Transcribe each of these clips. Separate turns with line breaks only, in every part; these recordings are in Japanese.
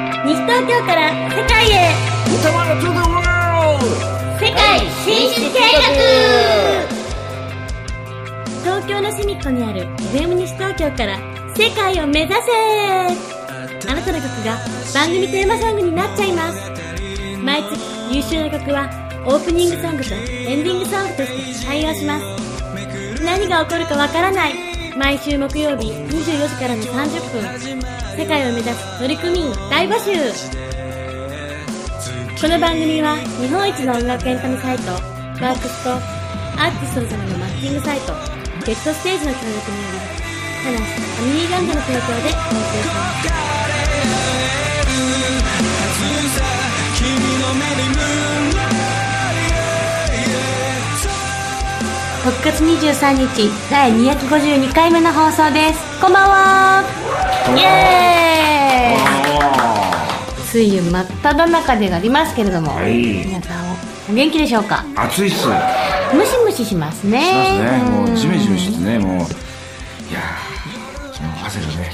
東京から世界へ世界進出計画東京の隅っこにある FM 西東京から世界を目指せあなたの曲が番組テーマソングになっちゃいます毎月優秀な曲はオープニングソングとエンディングソングとして対応します何が起こるかわからない毎週木曜日24時からの30分世界を目指す乗組員大募集この番組は日本一の音楽エンタメサイトワークスとアーティスト様のマッチングサイトゲットステージの協力によりただしアミリーガンダの提供でお送りします6月23日第252回目の放送ですこんばんはイエーイ梅雨真っ只中でなりますけれども、
はい
皆さんお元気でしょうか
暑いっす。しま
ムシムシしますね
すね。もうジメジメしててね、もういやー、その汗がね、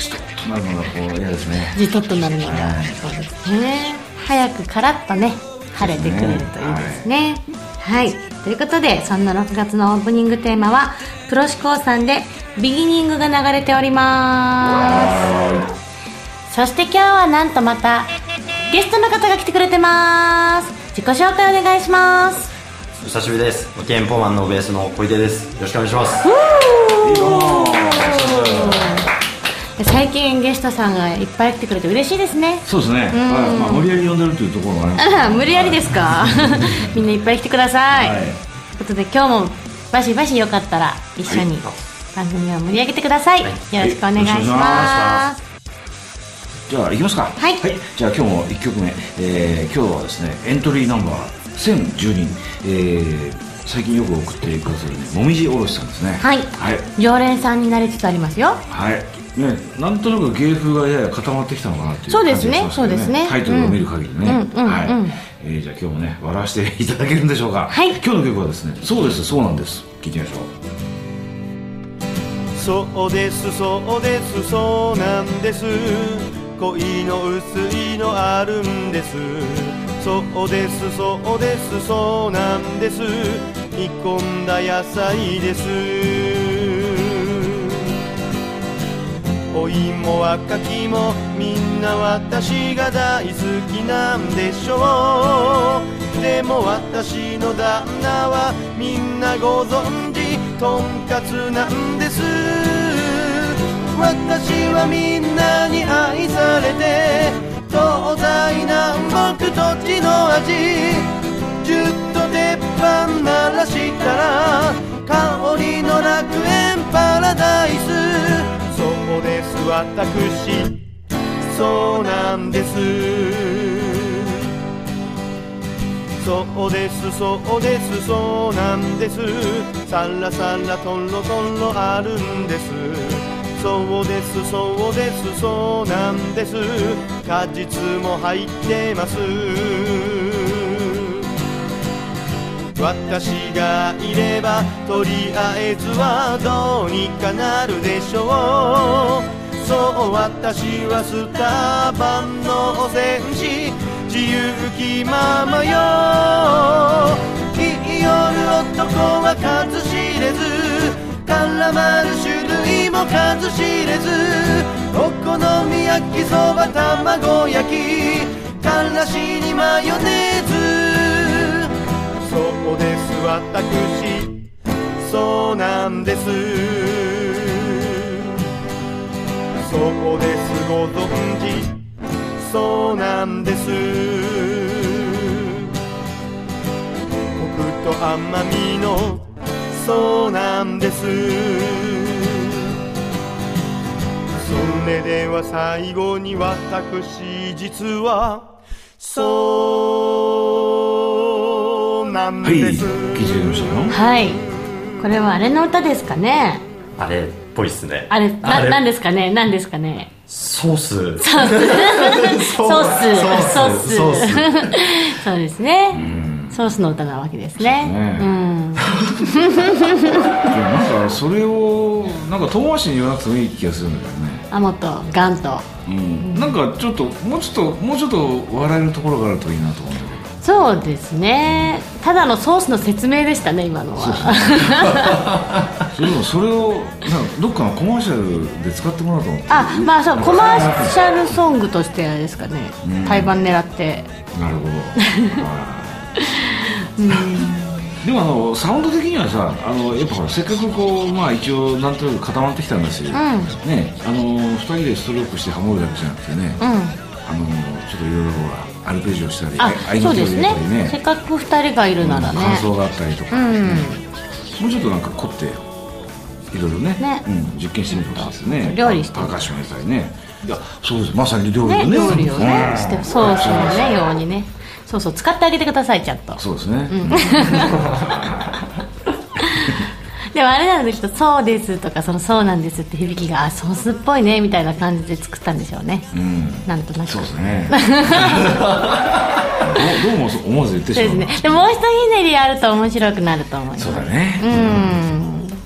ちょっとなるのがこう嫌ですね。
じとっとなるのが
はい
そうですね早くカラッとね晴れてくれるといいですねはい、ということでそんな6月のオープニングテーマはプロ志向さんでビギニングが流れておりますそして今日はなんとまたゲストの方が来てくれてます自己紹介お願いします
お久しぶりです。ロケンポーマンのベースの小出です。よろしくお願いします。
最近ゲストさんがいっぱい来てくれて嬉しいですね
そうですね。はいまあ無理やり呼んでるというところがあります。
あ 無理やりですか みんないっぱい来てください、
はい
ということで今日もバシバシよかったら一緒に
はい
番組を盛り上げてください、
はい
よろしくお願いし
よろしくお願
ます
じゃあ行きますか。
はい
じゃあ今日も一曲目、えー、今日はですねエントリーナンバー1010人、えー、最近よく送ってくださるねもみじおろしさんですね。
はい、
はい。
常連さんになりつつありますよ
はい。ね、なんとなく芸風がやや固まってきたのかなっていう
そう
感じ
で
が
す
し
ね
ますけど
そうですね
タイトルを見る限りね。
うんうんうん
はい
うん。
えーじゃあ今日もね笑わせていただけるんでしょうか。
はい
今日の曲はですね、そうですそうなんです。聞いてみましょう。
そうですそうですそうなんです恋の薄いのあるんですそうですそうですそうなんです煮込んだ野菜ですお芋は柿もみんな私が大好きなんでしょうでも私の旦那はみんなご存知とんかつなんです私はみんなに愛されて東西南北土地の味じゅっと鉄板鳴らしたら香りの楽園パラダイスそうです私そうなんですそうですそうですそうなんですさらさらとろとろあるんですそうですそうですそうなんです果実も入ってます私がいればとりあえずはどうにかなるでしょうそう私はスターバンの戦士自由気ままよいい夜男は数知れず絡まる種類も数知れずお好み焼きそば卵焼きからしにマヨネーズそうです私そうなんですそうですご存知そうなんですコクと甘みのそうなんですそれでは最後に私実はそうなん
はい。聞
で
い
す、
てみましたよ。
はいこれはあれの歌ですかね
あれっぽいっすね。
あれななんですかねなんですかね
ソース。 ソース。
ソースソース
ソース。
そうですねソースの歌なわけですね
ね
うん
なんかそれをなんか遠回しに言わなくてもいい気がするんだけどね
あもっとガンと
うんなんかちょっともうちょっともうちょっと笑えるところがあるといいなと思うんだけど
そうですねただのソースの説明でしたね今のは
それでもそれをなんかどっかのコマーシャルで使ってもらおうと思って
あまあそうコマーシャルソングとしてあれですかね対バン狙って
なるほどでもあのサウンド的にはさあのやっぱほらせっかくこうまあ一応なんとなく固まってきたんだし、ねあの2人でストロークしてハモるだけじゃなくてね、
うん
あのちょっといろいろほらアルペジオしたり
あ
合い
そ
の
う
手
で
を
す
入れ
ね
たりね
せっかく二人がいるならね
感想があったりとか、
うん
もうちょっとなんか凝っていろいろね
ね
うん、実験してみてほしいですね
料理して
パーカッションやったりねいやそうですまさに料理
ね
をね
料理をね
うん
してソースのねようにねそうそう使ってあげてくださいちゃんと
そうですね、
でもあれなんですけど「そうです」とか「そのそうなんです」って響きがあソースっぽいねみたいな感じで作ったんでしょうね、なんとなく
そうです ねどうどうもそう思わず言ってし
そう
ま
で
う
すねでもう一ひねりあると面白くなると思います
そうだねうん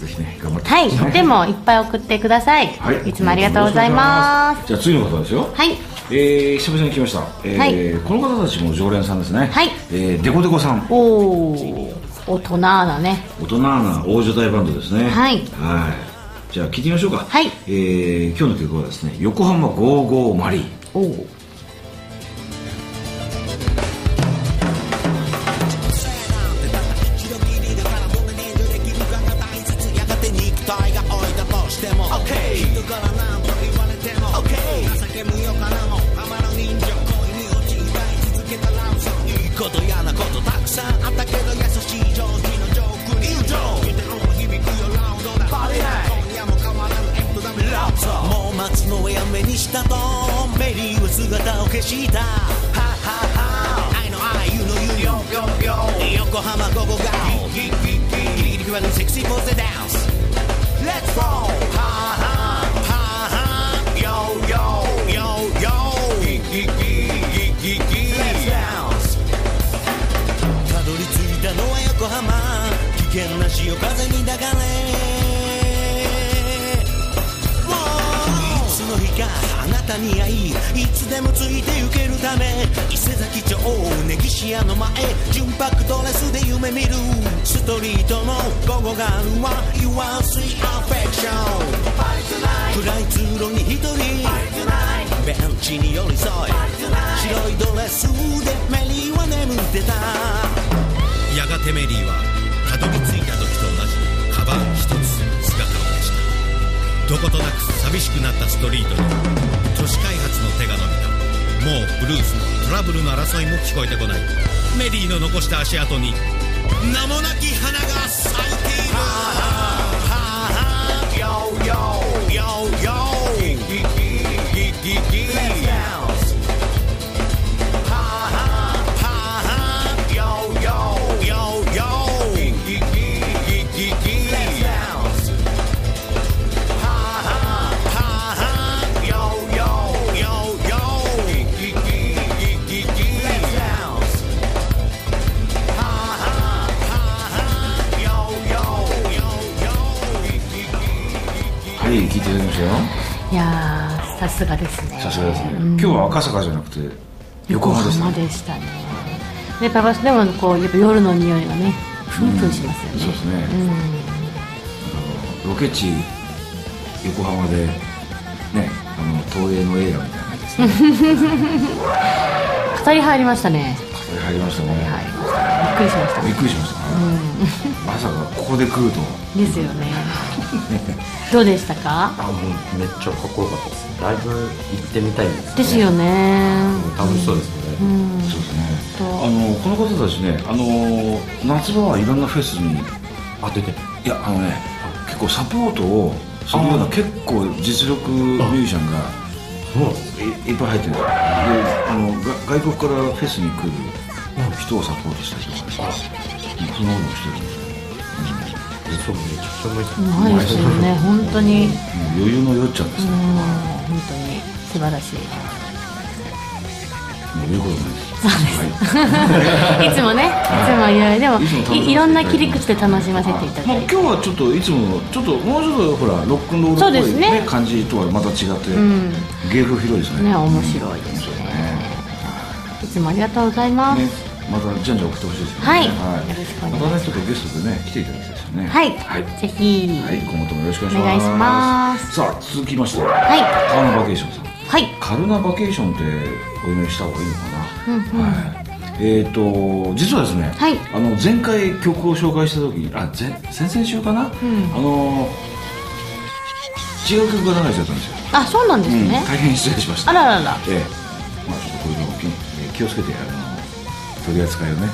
ぜひね頑張って
はい
ほしね
でもいっぱい送ってください、
はい
いつもありがとうございます
じゃあ次の方ですよ
はい
えー、久々に来ました、えー
はい
この方たちも常連さんですね
はい
えー、デコデコさん
おお大人だね
大人な大所帯バンドですね
はい
はいじゃあ聞いてみましょうか
はい
えー、今日の曲はですね横浜55マリー
おお
もう松の上を目にしたとメリーは姿を消したはっはっは愛の愛ゆのゆの横浜午後がギリギリ際のセクシーポーズでダンス Let's go はっははっは Yo yo yo yo ギギギギギギ Let's dance たどり着いたのは横浜危険な潮風に抱かれいつの日かあなたに会いいつでもついて行けるため伊勢崎町ネギシアの前純白ドレスで夢見るストリートの午後があるわ You are sweet affection 暗い通路に一人ベンチに寄り添い白いドレスでメリーは眠ってたやがてメリーはたどり着いた時と同じカバン一つ姿を消したどことなく寂しくなったストリートに都市開発の手が伸びたもうブルースのトラブルの争いも聞こえてこないメリーの残した足跡に名もなき花が咲いている
はい聞いていただきましたよ
いやーさすがですね
さすがですね今日は赤坂じゃなくて横浜ですね
でしたねでパパスでもこうやっぱ夜の匂いがねプンプンしますよね、
そうですね、あのロケ地横浜でねあの東映の映画みたいな感じですね
二人入りましたね
それ入りましたね、
はいびっくりしました
びっくりしましたね、まさかここで来るとは
ですよねどうでしたか
あもうめっちゃかっこよかったですライブ行ってみたいです
ですよね
楽しそうですよね、
そうですねあのこの方たちねあの夏場はいろんなフェスに
あ出てる
いやあのね結構サポートをするような結構実力ミュージシャンがいいっぱい入ってるんですよであのが外国からフェスに来る人をサポートしたりとかうんそんなこともしてるんですよ
そうめちゃくちゃ向いてる
ないですよね本当に
もう余裕のよっちゃんですね
本当に素晴らしい
もう言うことないです
いつもねいつもいろいろでも
いつも楽しませていただいて
いいろんな切り口で楽しませていた
ま
だ
あ
いて
今日はちょっといつものちょっともうちょっとほらロックンロールっぽ
そうで
い
す
ね
ね
感じとはまた違って、芸風広いです
ね
ね
面白いですねいつもありがとうございます、
ねまたじゃんじゃん送ってほしいですよね
はいよろしくお願いします
またねちょっとゲストでね来ていただきたいですよね
はい、
はい、は
ぜひ
い、今後ともよろしくお願いします
お願いします
さあ続きまして
はい
カルナバケーションさん
はい
カルナバケーションってお祈りした方がいいのかな、はいえー、と実はですね、
はい
あの前回曲を紹介した時にあ前先々週かな、あの違う曲が流れちゃったんですよ、
あそうなんです
うん
ね、
大変失礼しました
あららら
ええまあちょっとこういうのを気,、えー気をつけてあの取り扱いを ね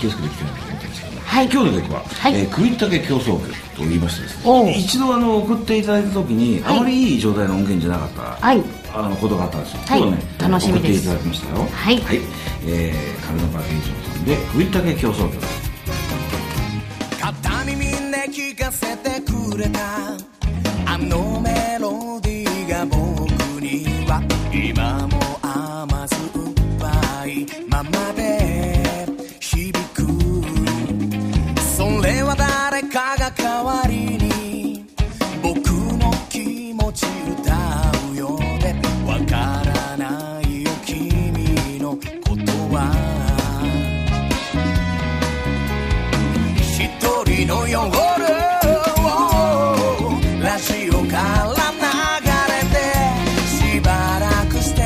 気をつけていきたいなと思ってますけど、
はい
今日の曲は、
はい
えー栗竹競争曲と言いましてです
おう
ね一度あの送っていただいた時に、
はい
あまりいい状態の音源じゃなかった、
はい
あのことがあったんですよ、
はい
今日ね
楽しみです
送っていただきましたよ
はい
えー、カルナバケンジョンさんで栗竹競争曲
片耳で聞かせてくれたあのメロディーが僕には今も甘酸っぱいままで響くそれは誰かが代わりに僕の気持ち歌うようでわからないよ君のことは一人の夜をラジオから流れてしばらくして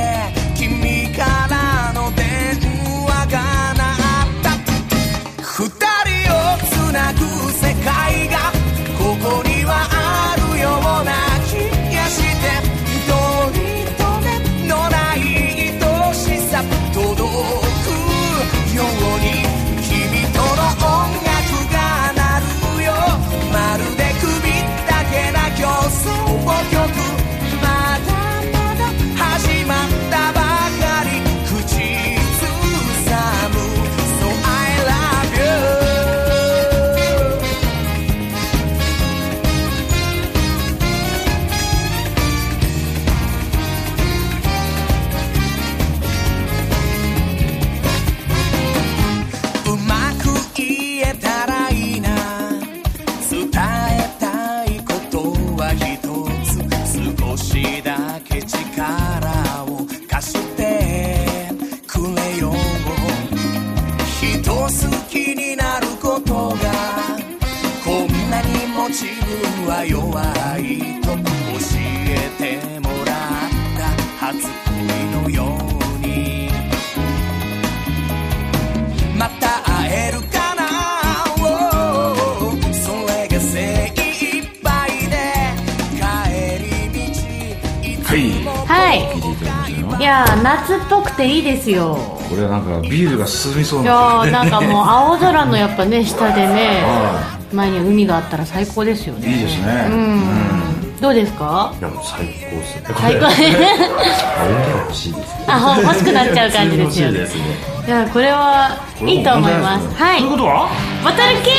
君からの電話が鳴った二人をつなぐ世界がここにはあるような気がして一人とめのない愛しさ届くように君との音楽が鳴るよまるで首だけな競争曲まだまだ始まったばかり口ずさむ So I love you うまく言えたらいいな伝えたいことは一つ少しだけ力を貸してくれよ人好きになることがこんなにも自分は弱いと教えてもらった初恋のようにまた会えるかな Oh, それが精一杯で帰り道いつも
はい
聴いていただきましたよ
いやー夏っぽくていいですよ
これはなんかビールが進みそう
い
な
やーなんか もう青空のやっぱね下でね
は
前に海があったら最高ですよね
いいですね、
どうですか
や、もう最高ですね。
最高
音源欲しいです ね。
あほ欲しくなっちゃう感じで
欲
す
し
よ
い
ね
ですね。
いやこれはいいと思いますはい
ということは
ボトルキ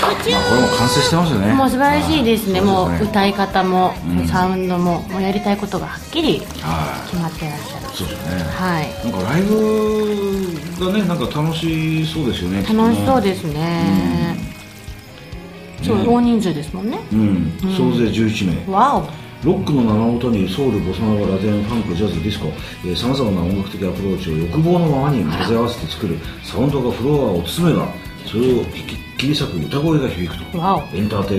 これも完成してますよね
ースもう素晴らしいですねも
そう
う
ですね
歌い方もサウンドももうやりたいことがはっきり決
は
まってらっしゃる
いそうですね
はい
なんかライブがねなんか楽しそうですよね
楽しそう
で
ですねそう大人数ですもんね
うん総勢11名
わお
ロックの七音にソウル、ボサノバ、ラテン、ファンク、ジャズ、ディスコ、さまざまな音楽的アプローチを欲望のままに混ぜ合わせて作るサウンドがフロアを包めば、それを引き切り裂く歌声が響くと
わ、
エンターテイ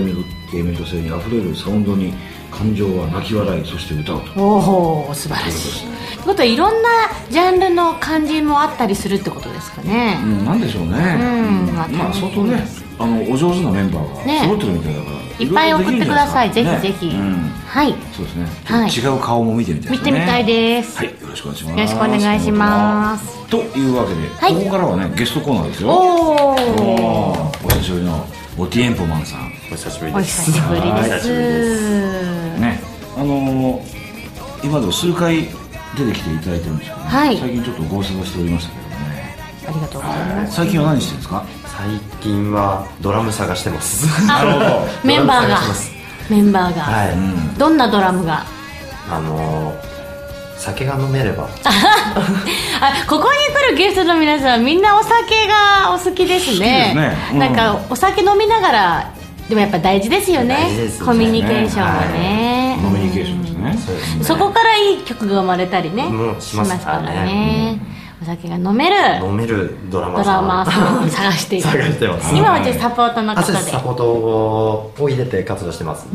ンメント性にあふれるサウンドに感情は泣き笑い、そして歌うと。
おお素晴らしいってことはいろんなジャンルの感じもあったりするってことですかね
う、ん、なんでしょうね、
んまあ
まあ相当ねあのお上手なメンバー
ね
が揃ってるみたいだから、
いっぱい
ろろ
送ってください
できるんじ
ぜ
ゃ
ひぜひ、
ないですかね
はい
うん、そうですね、
はい
違う顔も見てみたいで
見
す
て
ね
みたいです、
はいよろしくお願いします
よろしくお願いします
というわけで、
はい
ここからはねゲストコーナーですよ
おお
おーお久しぶりのボティエンポマンさん
お久しぶり
お
で
久
す。
しぶり
お
で
久しぶりです
す
ねあのー今でも数回出てきていただいてるんですけど、ね
はい
最近ちょっとご無沙汰しておりましたけどね
ありがとうございます
最近は何してるんですか
最近はドラム探してます。
あ メンバー
ドラム探
が
してます
メンバーが、
はい。
どんなドラムが
あのー酒が飲めれば
あここに来るゲストの皆さんみんなお酒がお好きですね
好きですねうん
なんかお酒飲みながらでもやっぱ大事ですよね
大事ですね
コミュニケーションはね、
ノミニケーションですね
そうですね
そこからいい曲が生まれたりね、
うん
しますから
しますから
ね、お酒が飲める
飲めるドラ
ド
マ
ラマー
さ
さん
ん
を探している
探してます
今はじゃあサポートの
ア
方
セ
で
スサポートを入れて活動してますは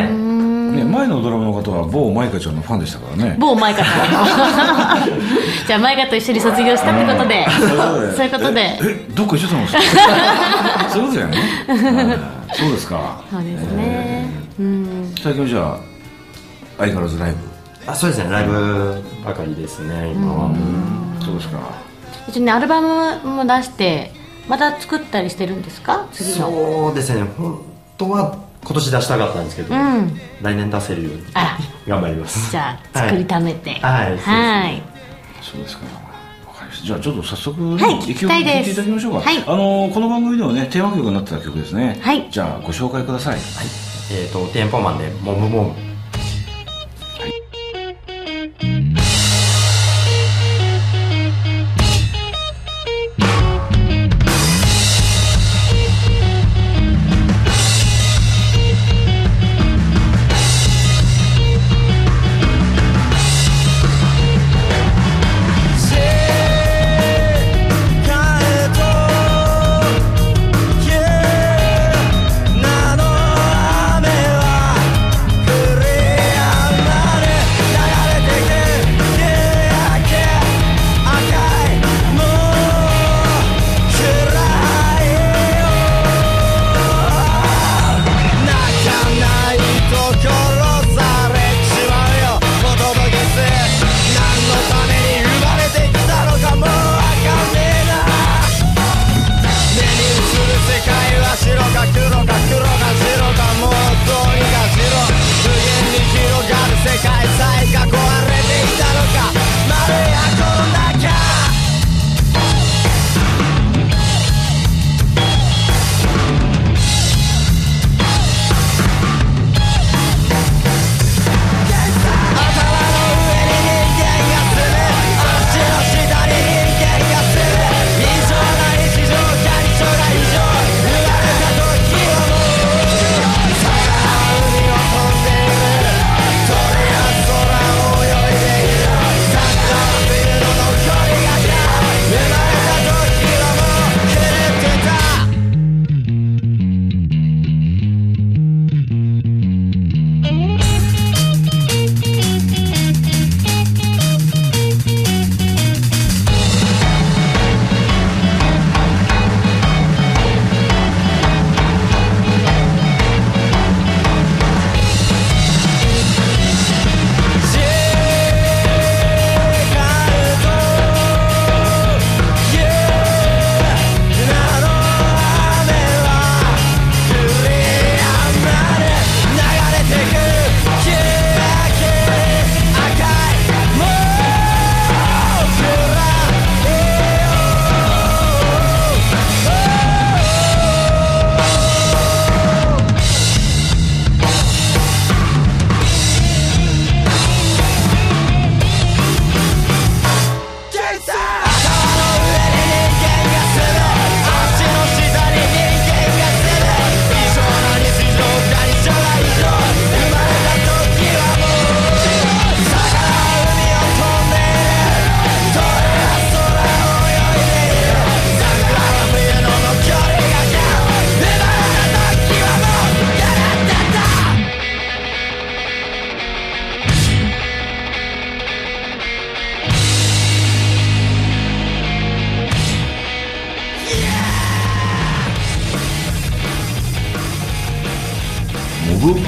い
ね前のドラマの方は某舞香ちゃんのファンでしたからね
某前方 じゃあ前方と一緒に卒業したってことで、 そういうことで
ええどっか一緒だもん そういうことだよねあーそうですか
そうですね、うん
最近はじゃあ相変わらずライブ
あそうですねライブばかりですね今は
そうですか
一応ねアルバムも出してまた作ったりしてるんですか次の
そうですね本当は今年出したかったんですけど
ん
来年出せるように
あら
頑張ります
じゃあ作りためて
はいはい
はい
そうですかわかりましたじゃあちょっと早速
はい聞
一
き
曲
た
聴
い
い
です
ていただきましょうか、
はい
あのーこの番組でもねテーマ曲になってた曲ですね
はい
じゃあご紹介ください
はいえっとテンポマンで「モムモム」
「世界という名の雨は降り止まれ」「流れていく夕焼け赤いもう暗いよ」泣かないと殺されちまうよお届けする何のために生まれてきたのかもうわかんねえな目に映る世界は白か黒か黒か白かもうどうにかしろ無限に広がる世界さえ囲われていたのかまるやこんなか頭の上に人間が住む足の下に人間が住む異常な日常感情が異常生まれた時をもう空は海を飛んでいる鳥は空を泳いでいるサッカービルの残りがじゃ生まれた時をもう狂ってた世界という名の雨は降り止まれ」「流れてく夕焼け赤いもう暗いよ」頭の上に人間が住む足の下に人間が住む異常な日常感情が異常生まれた時をもう狂ってた魚は海を飛んでいる鳥は空を泳いでいる桜は冬の残りがけ生まれた時はもう狂ってた
モブボム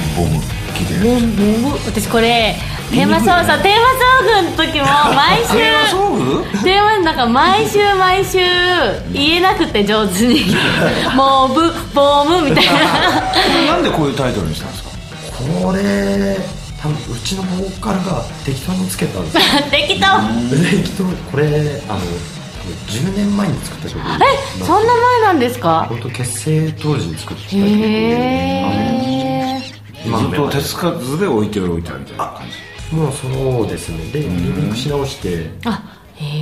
聞いて
もうもう私これテーマソング そうテーマソングの時も毎週
テーマソング
テーマなんか毎週毎週言えなくて上手 にもうブボムみたいな
これ なんでこういうタイトルにしたんですか
これ多分うちのボーカルが適当につけたん ですよ
適当
適当にこれあの多分10年前に作った曲
えそんな前なんですか
本当結成当時に作った曲
へえ
今の
ずっ
メン
と
バーで
手つかずで置いておいてあるみたいな感じ
もうそうですねでリミックし直してっ
あへ
て
え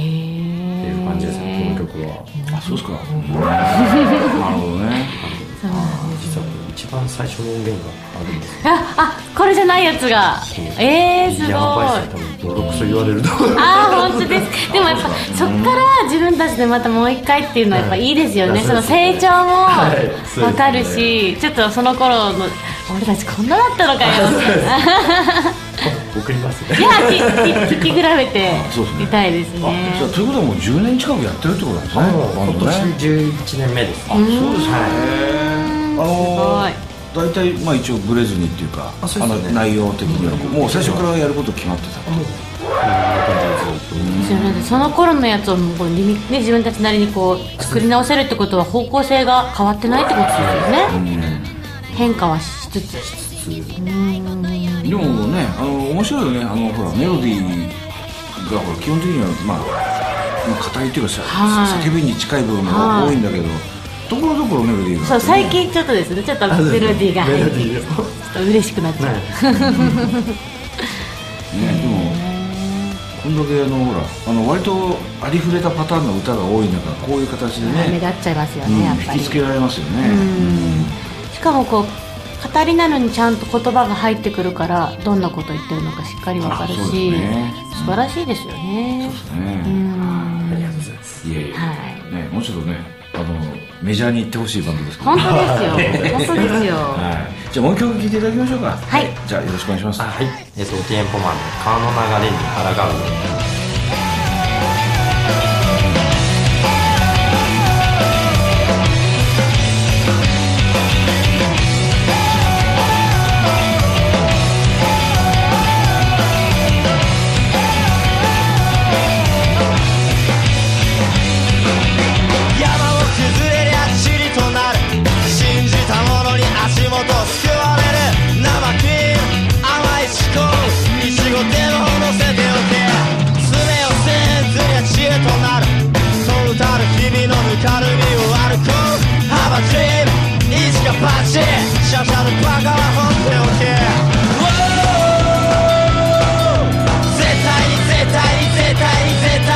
いう感じですねこの曲は
あそうですか、なるほどね
実は一番最初の音源があるんですよ
ああこれじゃないやつがえー、すごい
やばいっすね多分ボロクソ言われると思う
ああ本当ですでもやっぱそっから自分たちでまたもう一回っていうのはやっぱいいですよね、
はい
その成長
はいそうです
も
ね
わかるし、ちょっとその頃の俺たちこんなだったのかよみたいな
送ります
い
ね
やきき聞き比べて
そうですね
みたいですね
あじゃあということはもう10年近くやってるってことなんですね
もう
バン
今
ドね
年11年目です
あそうですねあの
すごい
大体まあ一応ブレずにっていうかあ
そうで
の
すよね
内容的にはもう最初からやること決まってた
そうなんですその頃のやつをもうこうリミ、ね、自分たちなりにこう作り直せるってことは方向性が変わってないってことですよね変化はしつつ
でもねあの面白いよねあのほらメロディーがほら基本的にはまあ、まあ、硬いっていうかさ、
はい
叫びに近い部分が多いんだけどところどころメロディーが
そう最近ちょっとですねちょっとメロディーが
メ
入
ロ
っ
デ
て
ィーを
ちょっと嬉しくなっちゃう、
ねでもこんだけあのほらあの割とありふれたパターンの歌が多い中こういう形で
目
ね、
立っちゃいますよ
う
ね、
ん
やっぱ
引
り
きつけられますよね、
しかもこう語りなのにちゃんと言葉が入ってくるからどんなこと言ってるのかしっかりわかる
あそう
し、
ですね
素晴らしいですよね
ね
ありがとうございます
いやいや、
は
ね、もうちょっとねあのメジャーに行ってほしいバンドですけど
本当ですよ本当ですよ
はい、じゃあもう一曲聴いていただきましょうか
はい
じゃあよろしくお願いします
あはいえっとティエンポマンの「川の流れに抗う」
山を崩れりゃちりとなる信じたものに足元すくわれる生き甘い思考いちごでもほどせておけ爪をせずりゃ知恵となるそうたる君のぬかるみを歩こうハバチーいつかパチシャシャのバカは放っておけ Whoa 絶対に絶対に絶対に絶対に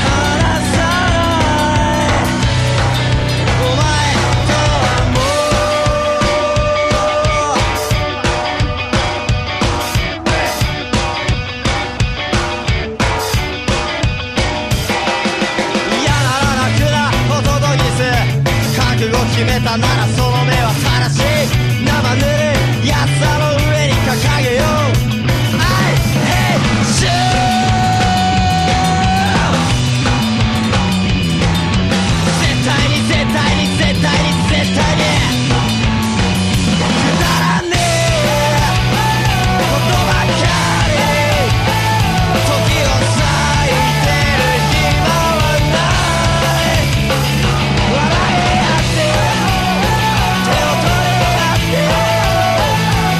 離さないお前とはもう嫌なら楽なこととぎす覚悟決めたならその目は正しい生ぬるい安さの上に掲げよう I hate you 絶対に絶対に絶対に絶対に砕け散るくだらねえことばかり時を割いてる暇はない笑い合って手を取り合って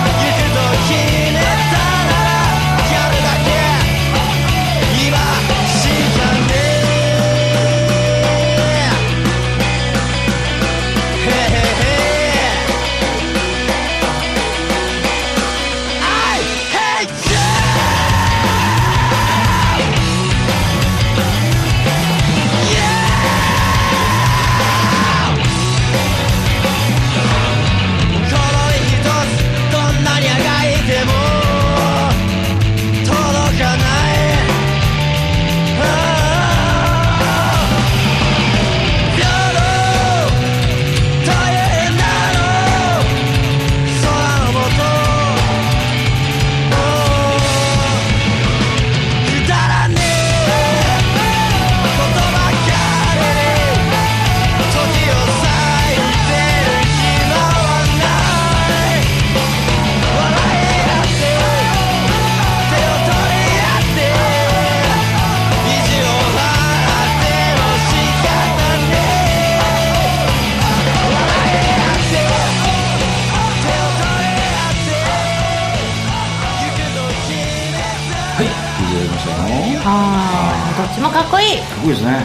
行くと決めたならやるだけ今しかねえ「ヘヘヘ」「I hate you」「この一つどんなにあがいても届かない」「平等」大変だろう空の下くだらねえことばかり時を割いてる暇はない笑い合って手を取り合って意地を張っても仕方ねえ
はい聴いていただきましたよか
ああどっちもかっこいい
っこいいですね、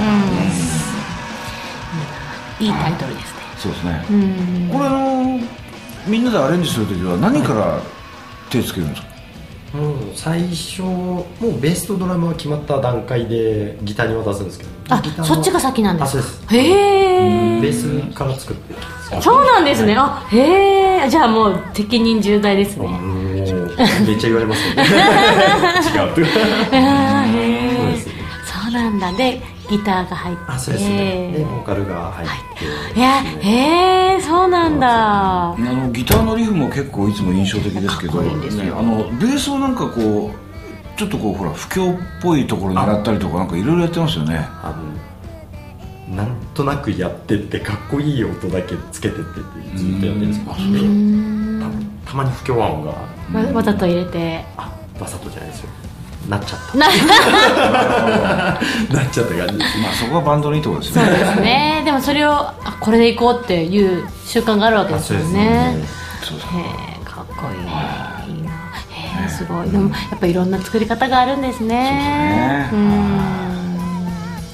いいタイトルですね
そうですね、これあのみんなでアレンジするときは何から手つけるんですか、
うもう最初もうベースとドラムは決まった段階でギターに渡すんですけど
あ
ギターの
そっちが先なんですか
あそうです
へえ
ベースから作ってるんですよ
そうなんですねあへえじゃあもう責任重大です
もう
ね
めっちゃ言われますよね 違うって
あーへ
そうで
え
すね
そうなんだでギターが入って
あそうですねでボーカルが入って
いやへえそうなんだ
あのギターのリフも結構いつも印象的ですけどね、あのベースをなんかこうちょっとこうほら不況っぽいところ狙ったりとかなんかいろいろやってますよね
あのなんとなくやってってかっこいい音だけつけてってってずっとやってるんですけどたたまに不協和音が
わわざと入れて
あわざとじゃないですよなっちゃっ
な
た なっちゃった感じです
まあそこはバンドのいいところです
そ
よ
う
ね
ですねでもそれをあこれでいこうっていう習慣があるわけですよ
あ
ね
そうです
そうそう
へえかっこいいいいなへえすごいでもやっぱいろんな作り方があるんですね
そうです
う
ね
ん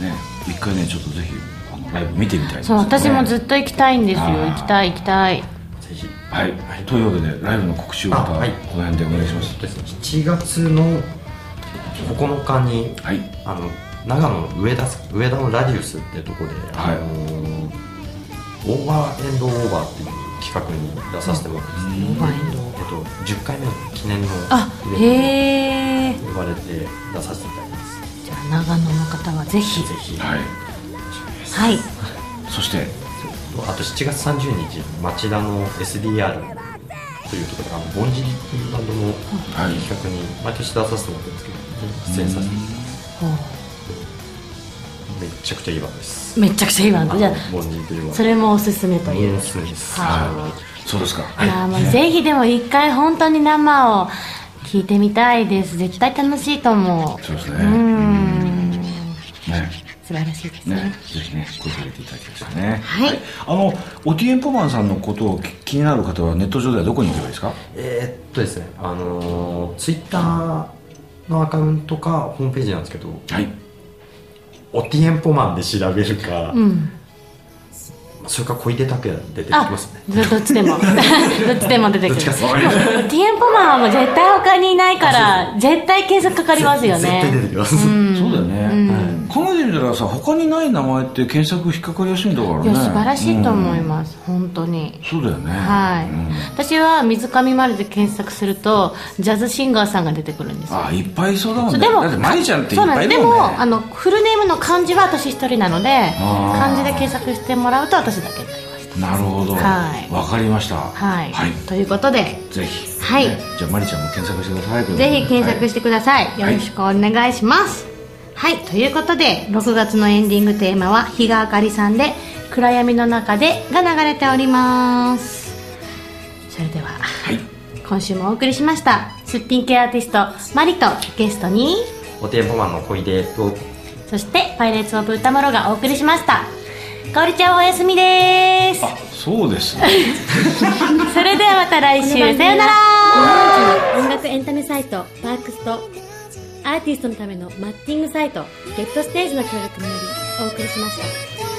ね一回ねちょっとぜひあのライブ見てみたいです
そう私もずっと行きたいんですよ
あー
行きたい行きたい
ぜひ
はい、というわけでライブの告知をまた
あはい
この辺でお願いします
そうですね7月の9日に、
はい
あの長野の上田上田のラディウスっていうところで、
はい
あのオーバーエンドオーバーっていう企画に出させてもらってます、
オーバーエンド
えっと、10回目の記念の
あ
イベン
へえ
トに呼ばれて出させていただきますぜ
じゃあ長野の方はぜひ
ひ、
はい
はい
そして
あと7月30日町田の SDR というところであのボンジリっていうバンドの
はい
企画に毎年出させてもらってるんですけど出演させていただい
ほ
てめちゃくちゃいいバンドです
うめっちゃくちゃいいわ
あ
じゃ
のボンジリというバン
あ
ド
それもおすすめという
おすすめです
は
そうですか
いやーもうぜひでも一回本当に生を聞いてみたいです絶対楽しいと思う
そうですね
うん
ね
素晴らしいですね
ね、ぜひね、声かけていただきましたね。
はい
あの、オティエンポマンさんのことをき気になる方は、ネット上ではどこに行けばいいですか。
えーっとですねあのツイッター Twitter のアカウントかホームページなんですけど
はい。
オティエンポマンで調べるか、
うん
それか小出拓也で出てき
あ
ますね
どどっちでもどっちでも出てく
どっ
る
ちかっすね
ティエンポマンはもう絶対他にいないから絶対検索かかりますよ
絶対出て
ね
きます、
そうだよね。考えてみたらさ、他にない名前って検索引っかかりやすいんだから
い
ね。
や素晴らしいと思い
うん
ます、本当に
そうだよね。
はい、
うん
私は水上丸で検索するとジャズシンガーさんが出てくるんですよ
あ、いっぱいいそうだもん
そ
ね。
うでも
だって、まりちゃんっていっ
そうなん
ぱい
で
い
すで
るもんね。
もあのフルネームの漢字は私一人なので
あー
漢字で検索してもらうと私だけになりました
なるほど。
はい
わかりました。
はい、ということで
ぜひ。
はい
ねじゃあ、まりちゃんも検索してください。
ぜひ検索
て。
してください、よろしくお願いしますはい、ということで6月のエンディングテーマは「日があかりさん」で「暗闇の中で」が流れておりますそれでは
はい。
今週もお送りしましたすっぴん系アーティストマリとゲストに
オティエンポマンの小出と
そしてパイレーツ・オブ・歌マロがお送りしましたかおりちゃんおやすみです
あ、そうですね。
それではまた来週さよなら
音楽エンタメサイトパークスとアーティストのためのマッチングサイトゲットステージの協力によりお送りしました